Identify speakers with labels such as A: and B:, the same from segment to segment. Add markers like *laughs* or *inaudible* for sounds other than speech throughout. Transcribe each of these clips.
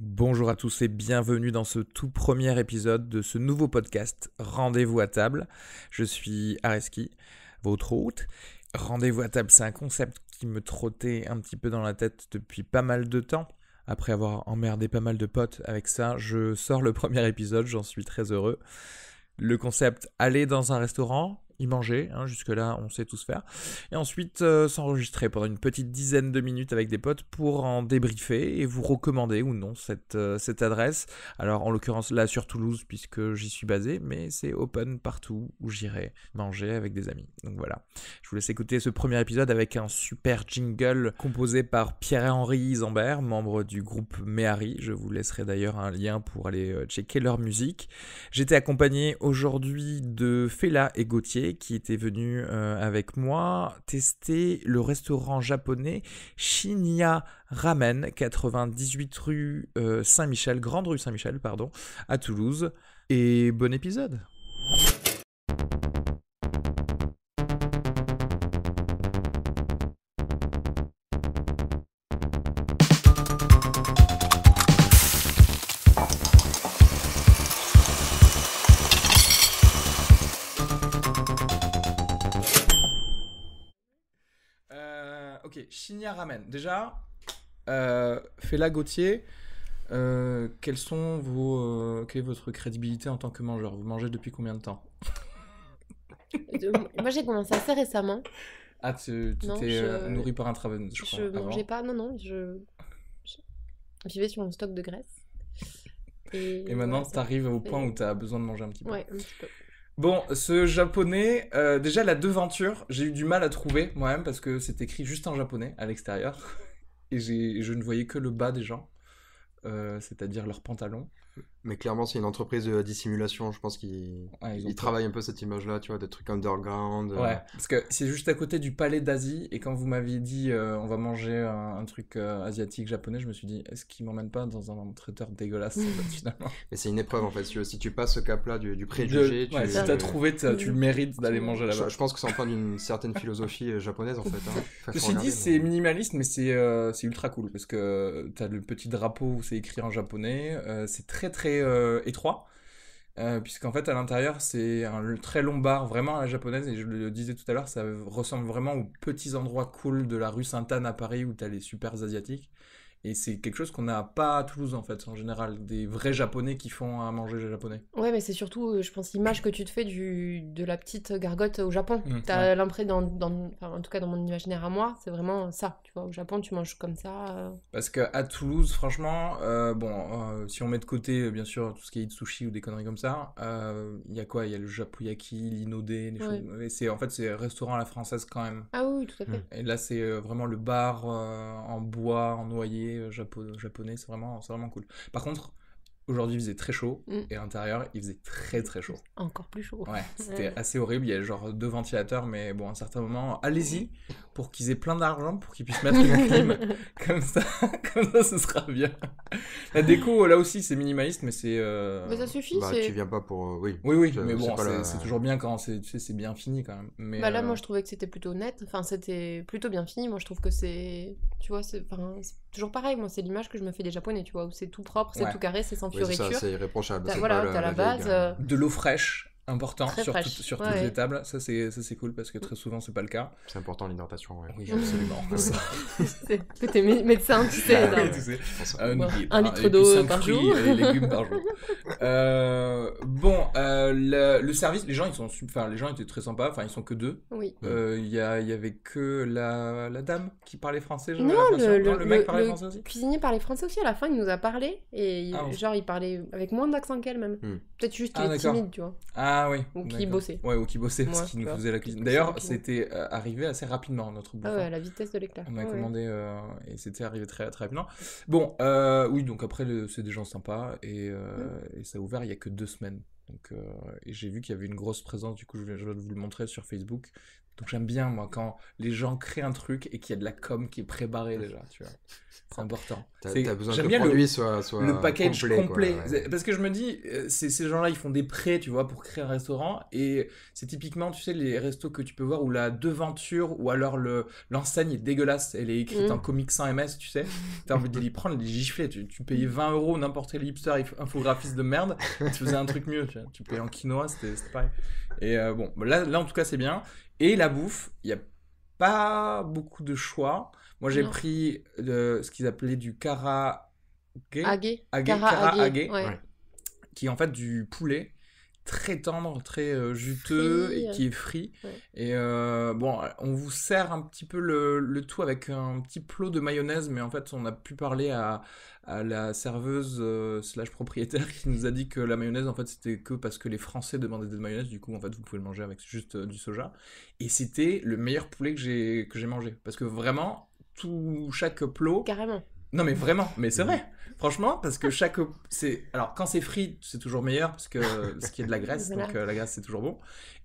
A: Bonjour à tous et bienvenue dans ce tout premier épisode de ce nouveau podcast Rendez-vous à table. Je suis Areski, votre hôte. Rendez-vous à table, c'est un concept qui me trottait un petit peu dans la tête depuis pas mal de temps. Après avoir emmerdé pas mal de potes avec ça, je sors le *laughs* premier épisode, j'en suis très heureux. Le concept aller dans un restaurant, y manger, hein, jusque-là on sait tous faire, et ensuite euh, s'enregistrer pendant une petite dizaine de minutes avec des potes pour en débriefer et vous recommander ou non cette, euh, cette adresse. Alors en l'occurrence là sur Toulouse puisque j'y suis basé, mais c'est open partout où j'irai manger avec des amis. Donc voilà, je vous laisse écouter ce premier épisode avec un super jingle composé par Pierre-Henri Isambert, membre du groupe Méhari. Je vous laisserai d'ailleurs un lien pour aller euh, checker leur musique. J'étais accompagné aujourd'hui de Fela et Gauthier qui était venu euh, avec moi tester le restaurant japonais Shinya Ramen, 98 rue euh, Saint-Michel, Grande rue Saint-Michel, pardon, à Toulouse. Et bon épisode Euh, ok, Shinya Ramen. Déjà, euh, Fela Gauthier, euh, quelles sont vos, euh, quelle est votre crédibilité en tant que mangeur Vous mangez depuis combien de temps
B: De- Moi, j'ai commencé assez récemment.
A: Ah, tu tu
B: Non,
A: t'es euh,
B: je-
A: nourri par intraveineuse, je crois.
B: Je
A: avant.
B: mangeais pas, non, non, je, je vivais sur mon stock de graisse. Et,
A: Et maintenant,
B: voilà, ça-
A: t'arrives au
B: fait-
A: point où t'as besoin de manger un petit peu.
B: Ouais, un petit peu.
A: Bon, ce japonais, euh, déjà la devanture, j'ai eu du mal à trouver moi-même parce que c'est écrit juste en japonais à l'extérieur. *laughs* Et j'ai- je ne voyais que le bas des gens, euh, c'est-à-dire leurs pantalons.
C: Mais clairement, c'est une entreprise de dissimulation. Je pense qu'ils
A: Ah, ils ont
C: ils travaillent un peu cette image-là, tu vois, des trucs underground. euh,
A: Ouais, parce que c'est juste à côté du palais d'Asie, et quand vous m'aviez dit euh, on va manger un, un truc euh, asiatique japonais, je me suis dit est-ce qu'ils m'emmènent pas dans un traiteur dégueulasse *laughs* en fait, finalement
C: Mais c'est une épreuve en fait. Si, si tu passes ce cap-là du, du préjugé,
A: De-
C: tu.
A: ouais, Si t'as trouvé, t'as- tu le mérites d'aller
B: Mmh.
A: manger là-bas.
C: Je, je pense que c'est empreint d'une certaine philosophie euh, japonaise en fait. Hein. Enfin, faut
A: Ceci
C: regarder,
A: dit,
C: mais-
A: c'est minimaliste, mais c'est euh, c'est ultra cool parce que euh, t'as le petit drapeau où c'est écrit en japonais. euh, c'est très très euh, étroit, euh, puisqu'en fait à l'intérieur c'est un l- très long bar, vraiment à la japonaise. Et je le disais tout à l'heure, ça ressemble vraiment aux petits endroits cool de la rue Sainte-Anne à Paris où t'as les super asiatiques. Et c'est quelque chose qu'on n'a pas à Toulouse en fait, en général, des vrais japonais qui font à manger japonais.
B: Ouais, mais c'est surtout, euh, je pense, l'image que tu te fais du, de la petite gargote au Japon.
A: Mm,
B: T'as
A: ouais.
B: l'impression, dans, dans- enfin, en tout cas dans mon imaginaire à moi, c'est vraiment ça. Tu vois, au Japon, tu manges comme ça. euh.
A: Parce que à Toulouse, franchement, euh, bon, euh, si on met de côté, euh, bien sûr, tout ce qui est sushi ou des conneries comme ça, euh, il y a quoi? Il y a le japoyaki, l'inode, les choses. et c'est en fait c'est restaurant à la française quand même.
B: Ah oui, oui, tout à fait.
C: Mm.
A: Et là, c'est euh, vraiment le bar euh, en bois, en noyer euh, japo- japonais. C'est vraiment, c'est vraiment cool. Par contre, aujourd'hui, il faisait très chaud
B: Mm.
A: et à l'intérieur, il faisait très très chaud.
B: Encore plus chaud.
A: Ouais, c'était assez horrible. Il y a genre deux ventilateurs, mais bon, à un certain moment, allez-y pour qu'ils aient plein d'argent pour qu'ils puissent
B: *laughs*
A: mettre une clim. Comme ça, *laughs* comme ça, ce sera bien. La déco, là aussi, c'est minimaliste, mais c'est. euh,
B: Mais ça suffit,
C: Bah,
B: c'est-
C: tu viens pas pour. euh, Oui.
A: Oui, oui,
C: Je-
A: mais
C: c'est
A: bon,
C: pas
A: c'est
C: la-
A: c'est toujours bien quand c'est tu sais, c'est bien fini quand même. Mais,
B: Bah là,
A: euh,
B: moi, je trouvais que c'était plutôt net. Enfin, c'était plutôt bien fini. Moi, je trouve que c'est. Tu vois, c'est enfin, c'est toujours pareil. Moi, c'est l'image que je me fais des Japonais, tu vois, où c'est tout propre, c'est
A: Ouais.
B: tout carré, c'est sans
C: Oui, c'est ça,
B: fioriture. *laughs*
C: c'est irréprochable.
B: T'as-
C: c'est
B: voilà,
C: pas
B: t'as la
C: vieille,
B: base.
C: hein.
B: euh,
A: De l'eau fraîche, important,
B: Très
A: sur,
B: fraîche,
A: toutes- sur
B: ouais,
A: toutes
B: ouais.
A: les tables. Ça, c'est ça, c'est cool parce que très souvent, c'est pas le cas.
C: C'est important l'hydratation. ouais.
B: *laughs*
A: Oui,
B: Mm.
A: absolument. Ça,
B: c'est- que t'es mé- médecin,
A: *laughs*
B: tu sais. genre.
C: Bah, oui,
A: Ah tu sais.
C: Je pense-
A: Euh,
B: Ouais.
A: n'oubliez
B: Un
A: pas,
B: litre
A: et puis
B: d'eau,
A: cinq
B: par
A: fruits
B: jour.
A: et des légumes par
B: *laughs*
A: jour. Euh, bon, euh, le, le service, les gens, ils sont, sup- enfin, les gens étaient très sympas. Enfin, ils sont que deux.
B: Oui.
A: Euh, Il y, a- il y avait que la, la dame qui parlait français. j'avais
B: Non,
A: l'impression.
B: le,
A: Non,
B: le,
A: le mec
B: le-
A: parlait
B: le
A: français aussi.
B: cuisinier parlait français aussi à la fin, il nous a parlé. Et il-
A: Ah bon.
B: genre, il parlait avec moins d'accent qu'elle, même.
C: Mm.
B: Peut-être juste
A: Ah,
B: qu'il est
A: d'accord.
B: timide, tu vois.
A: Ah oui.
B: Ou qui
A: d'accord.
B: bossait.
A: Ouais, ou qui bossait parce
B: Moi,
A: qu'il
B: tu
A: nous
B: vois,
A: faisait la
B: qui
A: cuisine.
B: bossait
A: D'ailleurs,
B: rapidement.
A: c'était euh, arrivé assez rapidement notre
B: Ah
A: bouffon.
B: ouais, à la vitesse de l'éclair.
A: On a
B: Ouais.
A: commandé euh, et c'était arrivé très, très rapidement. Bon, euh, oui, donc après, le- c'est des gens sympas et, euh,
B: Mm.
A: et ça a ouvert il y a que deux semaines. Donc, euh, et j'ai vu qu'il y avait une grosse présence, du coup, je vais, je vais vous le montrer sur Facebook, Donc j'aime bien, moi, quand les gens créent un truc et qu'il y a de la com qui est préparée déjà, tu
B: *laughs*
A: vois. C'est important.
C: T'as
A: C'est-
C: t'as besoin que
A: j'aime
C: le
A: bien
C: produit soit, soit
A: le package complet.
C: complet. quoi, ouais.
A: C'est- Parce que je me dis, euh, c'est- ces gens-là, ils font des prêts, tu vois, pour créer un restaurant. Et c'est typiquement, tu sais, les restos que tu peux voir où la devanture ou alors le- l'enseigne est dégueulasse. Elle est écrite
B: Mm.
A: en comic sans MS, tu sais. T'as envie de les prendre, de les gifler. Tu, tu payais 20 euros n'importe quel hipster if- infographiste de merde. Tu faisais un truc mieux, tu vois. Tu payais en quinoa, c'était c'était pareil. Et euh, bon, là, là, en tout cas, c'est bien. Et la bouffe, il n'y a pas beaucoup de choix. Moi, j'ai
B: Non.
A: pris euh, ce qu'ils appelaient du kara
B: Agé.
A: Agé,
B: Cara
A: Cara
B: Agé,
A: Agé.
B: ouais.
C: Ouais.
A: qui est en fait du poulet très tendre, très euh, juteux
B: Frit.
A: et qui est frit.
B: Ouais.
A: Et euh, bon, on vous sert un petit peu le, le tout avec un petit plot de mayonnaise, mais en fait, on a pu parler à, à la serveuse euh, slash propriétaire qui nous a dit que la mayonnaise, en fait, c'était que parce que les Français demandaient de la mayonnaise. Du coup, en fait, vous pouvez le manger avec juste euh, du soja. Et c'était le meilleur poulet que j'ai que j'ai mangé parce que vraiment tout chaque plot
B: Carrément.
A: non mais vraiment, mais
C: Mm.
A: c'est vrai. Franchement, parce que chaque c'est alors quand c'est frit, c'est toujours meilleur parce que ce qui est de la graisse,
B: Voilà.
A: donc euh, la graisse c'est toujours bon.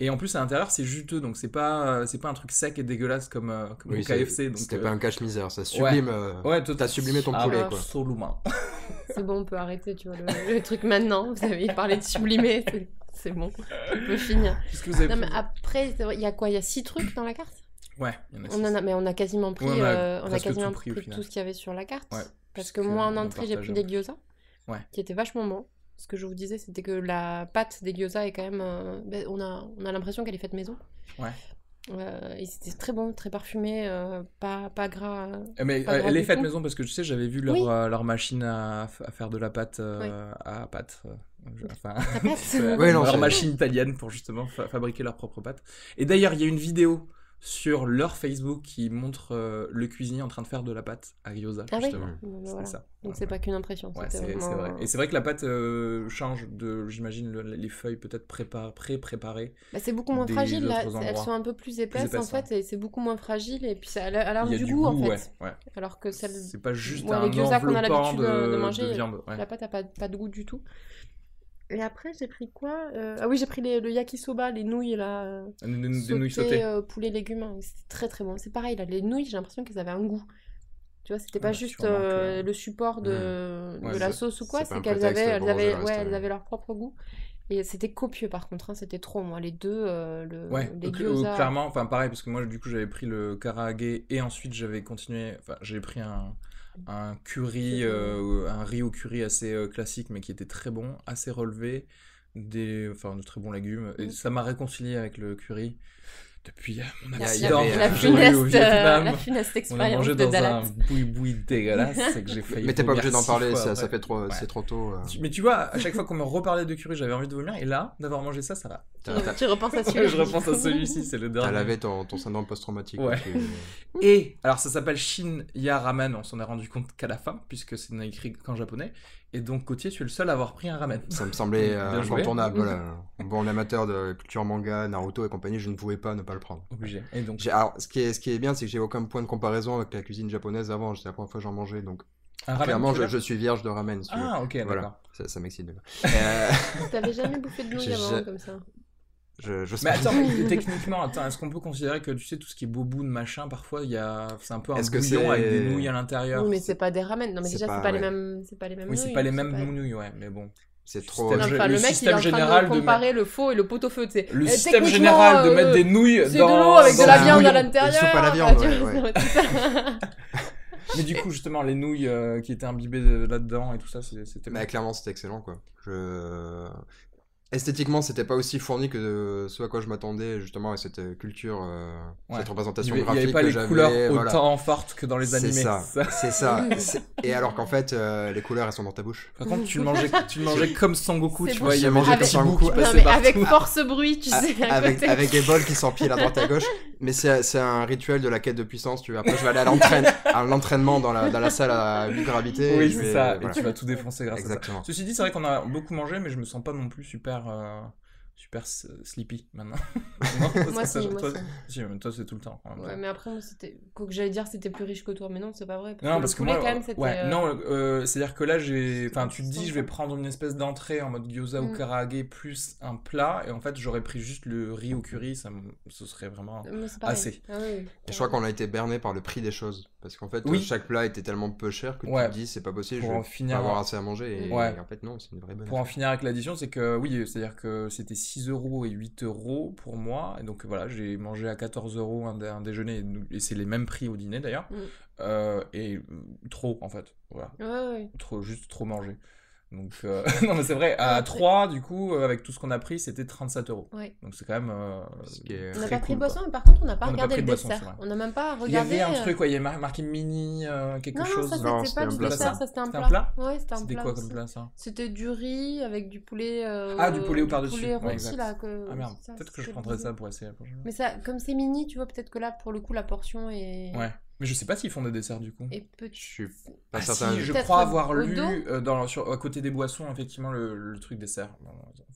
A: Et en plus à l'intérieur c'est juteux, donc c'est pas euh, c'est pas un truc sec et dégueulasse comme, euh, comme
C: Oui,
A: au
C: c'est-
A: KFC. Donc
C: C'était
A: euh,
C: pas un cache-misère, ça sublime. euh,
A: ouais, toi,
C: T'as sublimé ton poulet, quoi.
A: Absolument. *laughs*
B: C'est bon, on peut arrêter, tu vois, le, le truc maintenant. Vous avez parlé de sublimer, c'est- c'est bon. On peut finir.
A: Qu'est-ce que vous avez
B: Non,
A: pris,
B: mais
A: vous
B: après, c'est vrai, il y a quoi Il y a six trucs dans la carte
A: Ouais, il y en a.
B: on en a, Mais on a quasiment pris,
A: Bah, Ouais, on a
B: euh, on a
A: presque
B: quasiment
A: tout pris, au
B: pris
A: final.
B: tout ce qu'il y avait sur la carte.
A: Ouais,
B: parce
A: puisque
B: que moi, en
A: on en
B: entrée, j'ai pris des
A: partage
B: gyoza,
A: Ouais.
B: qui étaient vachement bons. Ce que je vous disais, c'était que la pâte des gyoza est quand même. euh, ben, on a, on a l'impression qu'elle est faite maison.
A: Ouais.
B: Euh, et c'était très bon, très parfumé, euh, pas, pas gras. euh,
A: Euh, Mais
B: Pas
A: euh,
B: grave
A: elle est
B: du
A: faite
B: tout.
A: maison parce que tu sais, j'avais vu leur,
B: Oui.
A: euh, leur machine à, à faire de la pâte euh, à pâte. euh, je- enfin, *laughs*
B: La pâte.
C: Ouais, non,
A: leur
C: c'est-
A: machine italienne pour justement fa- fabriquer leur propre pâte. Et d'ailleurs, il y a une vidéo sur leur Facebook qui montre euh, le cuisinier en train de faire de la pâte à gyoza.
B: Ah oui
A: justement.
B: Bon, ben
A: C'était
B: voilà.
A: ça.
B: Donc
A: Ouais,
B: c'est
A: ouais.
B: pas qu'une impression.
A: Ouais,
B: c'était
A: c'est c'est
B: vraiment-
A: vrai. Et c'est vrai que la pâte euh, change de, j'imagine, le- les feuilles peut-être prépa- pré-préparées.
B: Bah, c'est beaucoup moins
A: des
B: fragile là,
A: autres
B: elles
A: endroits.
B: sont un peu plus épaisses,
A: épaisses,
B: en fait, et c'est beaucoup moins fragile et puis ça a l'air- a l'air
A: il y a
B: du, goût, en fait.
A: ouais, ouais.
B: Alors que celle,
A: C'est pas juste
B: Ouais, les
A: un
B: gyozas qu'on a
A: enveloppant
B: l'habitude euh,
A: de,
B: de- de
A: de
B: manger,
A: viande. ouais.
B: la pâte a pas, pas de goût du tout. Et après j'ai pris quoi Euh, Ah oui j'ai pris les- le yakisoba, les nouilles là, euh,
A: Des, des
B: sautées,
A: nouilles sautées.
B: euh, poulet légumes, hein, et c'était très très bon. C'est pareil là, les nouilles j'ai l'impression qu'elles avaient un goût. Tu vois c'était
A: Ah,
B: pas
A: bah,
B: juste
A: sûrement que- Hmm.
B: euh, le support de,
A: Ouais,
B: de la
C: c'est-
B: sauce ou quoi,
C: c'est pas
B: c'est
C: un
B: qu'elles
C: prétexte
B: avaient,
C: pour
B: elles
C: manger
B: avaient, ouais,
C: le reste,
B: elles
C: ouais.
B: avaient leur propre goût. Et c'était copieux par contre, hein, c'était trop moi. Les deux, euh, le,
A: Ouais,
B: les
A: euh,
B: gyoza.
A: clairement, enfin pareil, parce que moi du coup j'avais pris le karaage et ensuite j'avais continué, enfin j'avais pris un, un curry, euh, un riz au curry assez euh, classique mais qui était très bon, assez relevé, des, enfin de très bons légumes, et
B: Mm.
A: ça m'a réconcilié avec le curry depuis euh, mon
B: La,
C: Il y
A: accident
C: avait,
A: que
B: la
A: *laughs*
C: euh,
A: j'ai eu au
B: funeste, euh,
A: Vietnam.
B: la funeste
A: On a
B: expérience
A: mangé
B: de
A: dans un
B: Dalat. *laughs*
A: boui-boui dégueulasse que j'ai failli.
C: Mais t'es pas
A: vomir
C: obligé d'en
A: six
C: parler,
A: fois
C: ça,
A: après.
C: ça fait trop, c'est trop tôt. euh.
A: Tu- Mais tu vois, à chaque fois qu'on me reparlait de curry, j'avais envie de vomir, et là, d'avoir mangé ça, ça va.
C: T'as t'as-
B: Tu repenses à
A: *laughs*
B: celui-là.
A: Je repense à celui-ci, c'est le
C: t'as
A: dernier.
C: lavé ton, ton syndrome post-traumatique. euh,
A: Ouais.
C: tu-
A: Et, alors ça s'appelle Shinya Ramen, on s'en est rendu compte qu'à la fin, puisque c'est n'a écrit qu'en japonais. Et donc Gauthier, tu es le seul à avoir pris un ramen.
C: Ça me semblait euh,
A: Bien joué. *laughs*
C: incontournable. voilà. Bon, amateur de culture manga, Naruto et compagnie, je ne pouvais pas ne pas le prendre.
A: Obligé. Et donc,
C: J'ai- Alors, ce qui est, ce qui est bien, c'est que j'ai aucun point de comparaison avec la cuisine japonaise avant. C'était la première fois que j'en mangeais, donc
A: un ramen.
C: clairement,
A: tu
C: je,
A: l'as
C: je suis vierge de ramen. si tu veux.
A: Ah, ok,
C: Voilà.
A: d'accord.
C: Ça, ça m'excite. déjà.
A: *laughs*
C: Euh,
B: T'avais jamais bouffé de nouilles
C: J'ai
B: avant
C: ja-
B: comme ça.
C: je, je
A: Mais *laughs*
C: sais
A: attends, techniquement, attends, est-ce qu'on peut considérer que tu sais, tout ce qui est boboon, machin, parfois, il y a... c'est un peu un
C: Est-ce que
A: bouillon
C: c'est-
A: avec des nouilles à l'intérieur
B: Oui, mais c'est pas des ramen. Non, mais
C: c'est
B: déjà,
C: pas-
B: c'est pas les
C: ouais.
B: mêmes. C'est pas les mêmes.
A: Oui, c'est
B: nouilles,
A: pas les mêmes nouilles, ouais, mais bon.
C: c'est
A: je
C: trop.
A: sais
B: Non,
A: Je-
B: enfin,
A: le
B: le, mec, il est
A: système
B: en train
A: général
B: de
A: de
B: comparer le faux et le pot-au-feu, tu sais.
A: Le
B: Eh,
A: système
B: techniquement,
A: général de
B: euh,
A: mettre des nouilles
B: C'est de
A: dans
B: l'eau avec
A: dans
B: de la
A: un
B: viande
A: bouillon.
B: à l'intérieur.
C: Soupe à la
B: bah,
C: viande,
B: tu vois,
C: ouais, ouais.
B: tout ça.
A: Mais du coup, justement, les nouilles euh, qui étaient imbibées de- là-dedans et tout ça, c'est- c'était
C: Mais clairement, c'était excellent, quoi. Je... Esthétiquement, c'était pas aussi fourni que euh, ce à quoi je m'attendais, justement, avec cette euh, culture, euh,
A: Ouais.
C: cette
A: Il y
C: représentation
A: avait- il y
C: graphique
A: avait pas
C: que
A: les
C: j'avais.
A: couleurs
C: voilà.
A: autant fortes que dans les
C: C'est
A: animés.
C: ça.
A: ça.
C: C'est ça.
B: *laughs*
C: C'est- Et alors qu'en fait, euh, les couleurs, elles sont dans ta bouche.
A: Par contre,
C: *laughs*
A: tu le mangeais, tu le mangeais comme Son Goku,
B: C'est
A: tu
B: bon.
A: vois, il y
C: J'ai
A: avait
C: mangé
A: des
B: comme
A: petits
C: Son
A: bouts
C: Goku.
A: qui
B: Non,
A: passaient
B: mais avec
A: partout.
B: force bruit, tu sais. à
C: Ah, avec,
B: côté.
C: avec des bols qui s'empilent à droite à gauche. Mais c'est c'est un rituel de la quête de puissance, tu vois. Après, je vais aller à l'entraîne- à l'entraînement dans la, dans la salle à 8 gravité. et
A: Oui,
C: je
A: c'est
C: vais-
A: ça, et
C: voilà.
A: tu vas tout défoncer grâce à ça.
C: Exactement.
A: Ceci dit, c'est vrai qu'on a beaucoup mangé, mais je me sens pas non plus super euh, super s- sleepy maintenant. *laughs*
B: Moi, si, moi,
A: toi,
B: si.
A: si, mais toi, c'est tout le temps. en même
B: Ouais,
A: temps.
B: mais après, moi, c'était. Quoi que j'allais dire, c'était plus riche que toi, mais non, c'est pas vrai.
A: Non, non, parce que
B: tous les,
A: moi,
B: quand même, c'était,
A: ouais,
B: euh,
A: non, euh, c'est-à-dire que là, j'ai, enfin, tu te dis,
B: Sans
A: je vais
B: ça.
A: prendre une espèce d'entrée en mode gyoza ou
B: Mm.
A: karaage plus un plat, et en fait, j'aurais pris juste le riz
C: Mm.
A: au curry, ça, me- ce serait vraiment.
B: moi, c'est pareil.
A: assez.
B: Ah, oui, oui.
C: Et je crois qu'on a été berné par le prix des choses. Parce qu'en fait,
A: Oui.
C: euh, chaque plat était tellement peu cher que
A: Ouais.
C: tu te dis, c'est pas possible,
A: Pour
C: je
A: en
C: vais
A: finir,
C: pas avoir assez à manger. Et,
A: Ouais.
C: et en fait, non, c'est une vraie bonne
A: pour en
C: affaire.
A: finir avec l'addition, c'est que oui, c'est-à-dire que c'était 6 euros et 8 euros pour moi, et donc voilà, j'ai mangé à 14 euros un, dé- un déjeuner, et c'est les mêmes prix au dîner d'ailleurs,
B: Mm.
A: Euh, et mm, trop en fait, voilà,
B: Ouais, ouais.
A: trop, juste trop manger. Donc, euh, *laughs* non, mais c'est vrai, à 3, du coup, euh, avec tout ce qu'on a pris, c'était 37 euros.
B: Ouais.
A: Donc, c'est quand même. euh,
C: Ce qui est-
B: On n'a
A: très
B: pas pris
A: cool,
B: de boisson, mais par contre, on n'a pas
A: On n'a pas
B: regardé
A: pris de
B: le
A: boisson,
B: dessert.
A: c'est
B: On n'a même pas
A: Il y avait
B: regardé.
A: un
B: euh,
A: truc, ouais, il y avait mar- marqué mini euh, quelque
B: Non, non,
A: chose.
B: ça,
C: Non,
B: c'était
C: c'était
B: pas
C: un
B: du
C: plat,
B: dessert,
A: ça.
B: ça, c'était un
A: C'était
B: plat.
A: un plat
B: Ouais, c'était un
A: C'était
B: plat.
A: quoi comme hein
B: aussi.
A: plat ça
B: C'était du riz avec du poulet. euh,
A: Ah, du poulet au par-dessus.
B: Du poulet
A: Ouais,
B: rôti,
A: exact.
B: là. Que...
A: Ah merde,
B: Euh, ça,
A: peut-être que je
B: c'était
A: prendrais ça
B: bizarre.
A: pour essayer la prochaine fois.
B: Mais ça, comme c'est mini, tu vois, peut-être que là, pour le coup, la portion est.
A: Ouais. Mais je sais pas s'ils font des desserts du coup.
B: est
C: Je
B: petite.
C: suis pas
A: Ah
C: certain.
A: si, je
B: Peut-être
A: crois avoir
B: au
A: lu
B: dos
A: euh, dans, sur, à côté des boissons, effectivement, le, le truc dessert. Bon,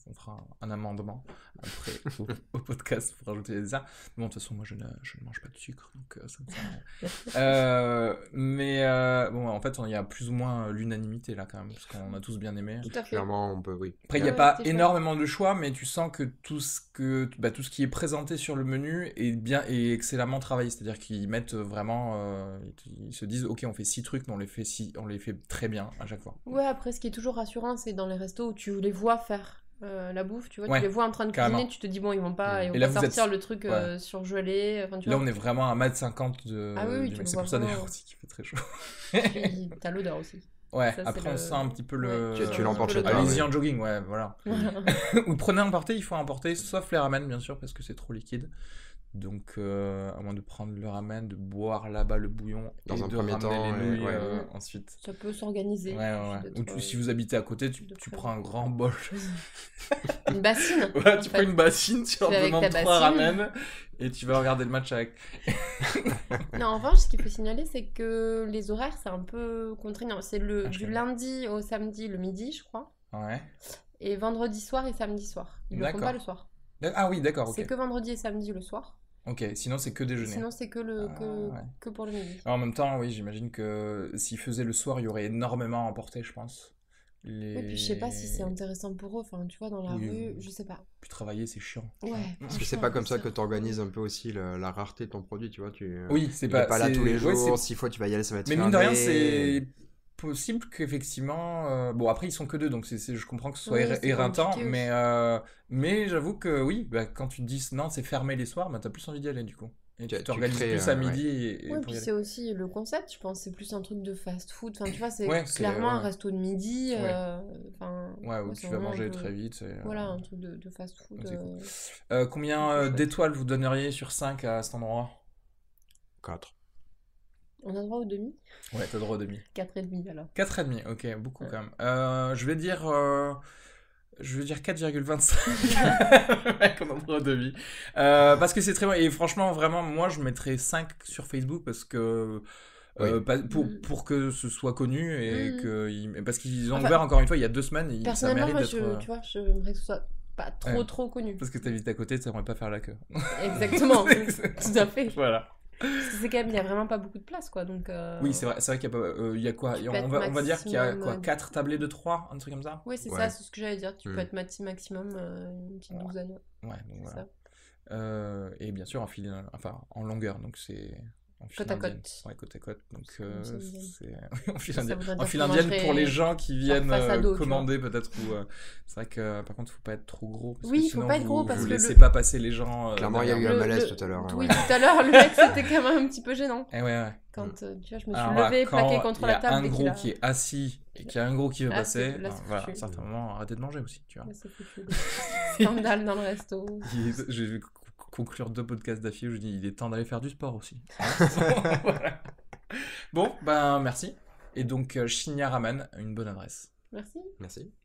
A: on fera un, un amendement
C: *laughs*
A: après au, au podcast pour rajouter des desserts. Bon, de toute façon, moi, je ne, je ne mange pas de sucre, donc euh, ça me sert à rien. Euh, mais euh, bon, en fait, on- il y a plus ou moins euh, l'unanimité là quand même, parce qu'on a tous bien aimé.
B: Tout à fait.
C: Clairement, on peut, oui.
A: Après, il n'y a
B: Ouais,
A: pas
B: Ah, c'était chouette.
A: énormément de choix, mais tu sens que tout ce, que, bah, tout ce qui est présenté sur le menu est bien et excellemment travaillé. C'est-à-dire qu'ils mettent vraiment. euh, ils se disent, OK, on fait six trucs, mais on les fait, six, on les fait très bien à chaque fois.
B: Ouais, après, ce qui est toujours rassurant, c'est dans les restos où tu les vois faire euh, la bouffe, tu vois,
A: Ouais,
B: tu les vois en train de
A: carrément. Mmh.
B: cuisiner, tu te dis, bon, ils vont pas,
C: Mm.
B: ils vont
A: Et là, vous
B: pas
A: êtes-
B: sortir le truc euh, surgelé. Enfin, tu
A: Là,
B: vois,
A: on est vraiment à 1m50 de.
B: Ah oui, oui,
A: du
B: tu
A: mec.
B: le
A: C'est
B: vois
A: pour ça d'ailleurs
B: vraiment.
A: aussi qu'il fait très chaud.
B: puis t'as l'odeur aussi.
A: Ouais,
B: Ça, c'est
A: après, on
B: le-
A: sent un petit peu le.
B: Ouais,
C: Tu- tu l'emportes chez toi,
A: Allez-y
C: ouais.
A: en jogging, ouais, voilà. *clears throat* Ou prenez à emporter, il faut emporter, sauf les ramen, bien sûr, parce que c'est trop liquide. Donc, euh, à moins de prendre le ramen, de boire là-bas le bouillon,
C: Dans
A: et
C: un
A: de
C: premier
A: ramener
C: temps,
A: les
C: et-
A: nouilles
C: ouais.
A: euh,
B: Mm.
A: ensuite.
B: Ça peut
A: Ouais,
B: s'organiser. euh,
A: ouais,
B: Juste
A: ouais.
B: de
A: Ou
B: trois-
A: tu- si vous habitez à côté, tu,
B: de
A: tu
B: trois-
A: prends un grand
B: *laughs*
A: bol. *laughs*
B: Une bassine.
A: Ouais,
B: en
A: tu
B: fait.
A: prends une bassine,
B: *laughs*
A: tu en
B: fais avec
A: demandes
B: ta
A: trois
B: bassine.
A: ramen, et tu vas regarder le match avec.
B: Non, en revanche, ce qu'il faut signaler, c'est que les horaires, c'est un peu contraignant. C'est le
A: Ah, je
B: du
A: connais.
B: lundi au samedi, le midi, je crois,
A: Ouais.
B: et vendredi soir et samedi soir. Ils le font
A: D'accord.
B: pas le soir.
A: D'ac- Ah oui, d'accord, ok.
B: C'est que vendredi et samedi le soir.
A: Ok, sinon c'est que déjeuner.
B: Sinon, c'est que le
A: Ah,
B: que,
A: ouais.
B: que pour le midi.
A: En même temps, oui, j'imagine que s'ils faisaient le soir, il y aurait énormément à emporter, je pense. Les...
B: Et puis je sais pas si c'est intéressant pour eux, enfin tu vois dans la
A: Oui,
B: rue,
A: oui.
B: je sais pas.
A: Puis travailler, c'est chiant.
B: Ouais.
C: Parce que c'est pas comme ça que tu organises un peu aussi le- la rareté de ton produit, tu vois. Tu...
A: Oui, c'est
C: Euh, Il est
A: pas,
C: pas, là
A: c'est-
C: tous les
A: ouais,
C: jours,
A: c'est-
C: six fois tu vas y aller, ça va être
A: Mais mine de rien,
C: fermé.
A: c'est possible qu'effectivement. euh, Bon, après, ils sont que deux, donc c'est, c'est- je comprends que ce soit
B: Oui,
A: ér-
B: c'est
A: éreintant,
B: compliqué aussi.
A: mais, euh, mais j'avoue que oui, bah, quand tu te dis non, c'est fermé les soirs, bah, t'as plus envie d'y aller du coup. Et
C: Tu-
A: tu
C: tu
A: t'organises
C: crées,
A: plus
C: euh,
A: à midi et, et
B: Ouais,
A: pour
B: puis
A: y
B: c'est
A: aller.
B: aussi le concept, je pense, c'est plus un truc de fast-food. Enfin, tu vois, c'est
A: Ouais, c'est-
B: clairement un
A: ouais.
B: resto de midi.
A: Ouais.
B: euh, Enfin,
A: Ouais, où
B: ouais,
A: tu
B: c'est
A: vas
B: vraiment un
A: manger
B: peu-
A: très vite. et, euh,
B: Voilà, un truc de, de fast-food.
A: Ouais, c'est cool.
B: euh,
A: euh, combien
B: C'est
A: euh,
B: chouette.
A: d'étoiles vous donneriez sur 5 à cet endroit
C: Quatre.
B: On a droit au demi
A: Ouais, t'as droit au demi.
B: 4 et demi alors.
A: 4,5, ok, beaucoup
B: Ouais.
A: quand même. Euh, je vais dire. euh, je vais dire 4,25. *laughs*
B: *laughs*
A: Mec, on en prend au demi. Euh, parce que c'est très bon. Et franchement, vraiment, moi, je mettrais 5 sur Facebook parce que. euh, pas- pour,
B: Mm.
A: pour que ce soit connu et
B: Mm.
A: que ils- parce qu'ils ont
B: Enfin,
A: ouvert encore une fois il y a deux semaines et ça
B: Personnellement,
A: mérite
B: moi,
A: d'être
B: je,
A: euh,
B: tu vois, j'aimerais que ce soit pas trop
A: Ouais.
B: trop connu.
A: parce que *laughs* t'habites à côté t'aimerais pas faire la queue *laughs*
B: Exactement, tout à fait.
A: voilà
B: Parce que c'est quand même, il y a vraiment pas beaucoup de place quoi. Donc, euh,
A: oui c'est vrai c'est vrai qu'il y a pas euh, il y a quoi
B: Tu
A: on
B: peux être
A: va, on va dire qu'il y a
B: maximum,
A: quoi
B: euh,
A: 4 tablés de 3 un truc comme ça
B: Oui, c'est
C: Ouais.
B: ça, c'est ce que j'allais dire. Tu
C: Mm.
B: peux être maxi maximum euh, une petite
A: Ouais.
B: douzaine.
A: ouais donc
B: c'est
A: voilà
B: ça.
A: Euh, et bien sûr en fil, enfin en longueur, donc c'est en file
B: Côte à
A: indienne.
B: côte.
A: Ouais, côte à côte. Donc
B: Comme
A: euh,
B: ça, indienne.
A: c'est *laughs* en file
B: Ça
A: indienne.
B: voudrait
A: En
B: dire
A: file
B: qu'on
A: indienne
B: mangerait
A: pour les gens qui viennent
B: face à
A: euh,
B: dos, tu
A: commander peut-être. ou euh, C'est vrai que euh, par contre, faut pas être trop gros. Parce
B: Oui,
A: que
B: faut
A: sinon,
B: pas être
A: vous-
B: gros, parce
A: vous
B: que le-
A: laissez pas passer les gens. euh,
C: Clairement, il y a eu
A: derrière.
C: un malaise tout à l'heure, hein,
B: Oui,
C: ouais.
B: tout à l'heure, le mec, c'était quand même un petit peu gênant.
A: Eh ouais, ouais.
B: Quand euh, tu vois, je me suis
A: Alors là,
B: levée,
A: quand
B: plaquée contre la
A: Il y a
B: table.
A: un
B: dès qu'il
A: gros
B: a-
A: qui est assis et qu'il y a un gros qui veut
B: Là,
A: passer.
B: c'est- là,
A: ben,
B: c'est
A: voilà,
B: foutu.
A: certainement, arrêtez de manger aussi, tu vois.
B: Ouais, c'est foutu. *laughs* Scandale dans le resto.
A: *laughs* Il est- Je vais co- conclure deux podcasts d'affilée où je dis il est temps d'aller faire du sport aussi. Voilà. Bon, ben merci. Et donc, euh, Shinya Ramen, une bonne adresse.
B: Merci.
C: Merci.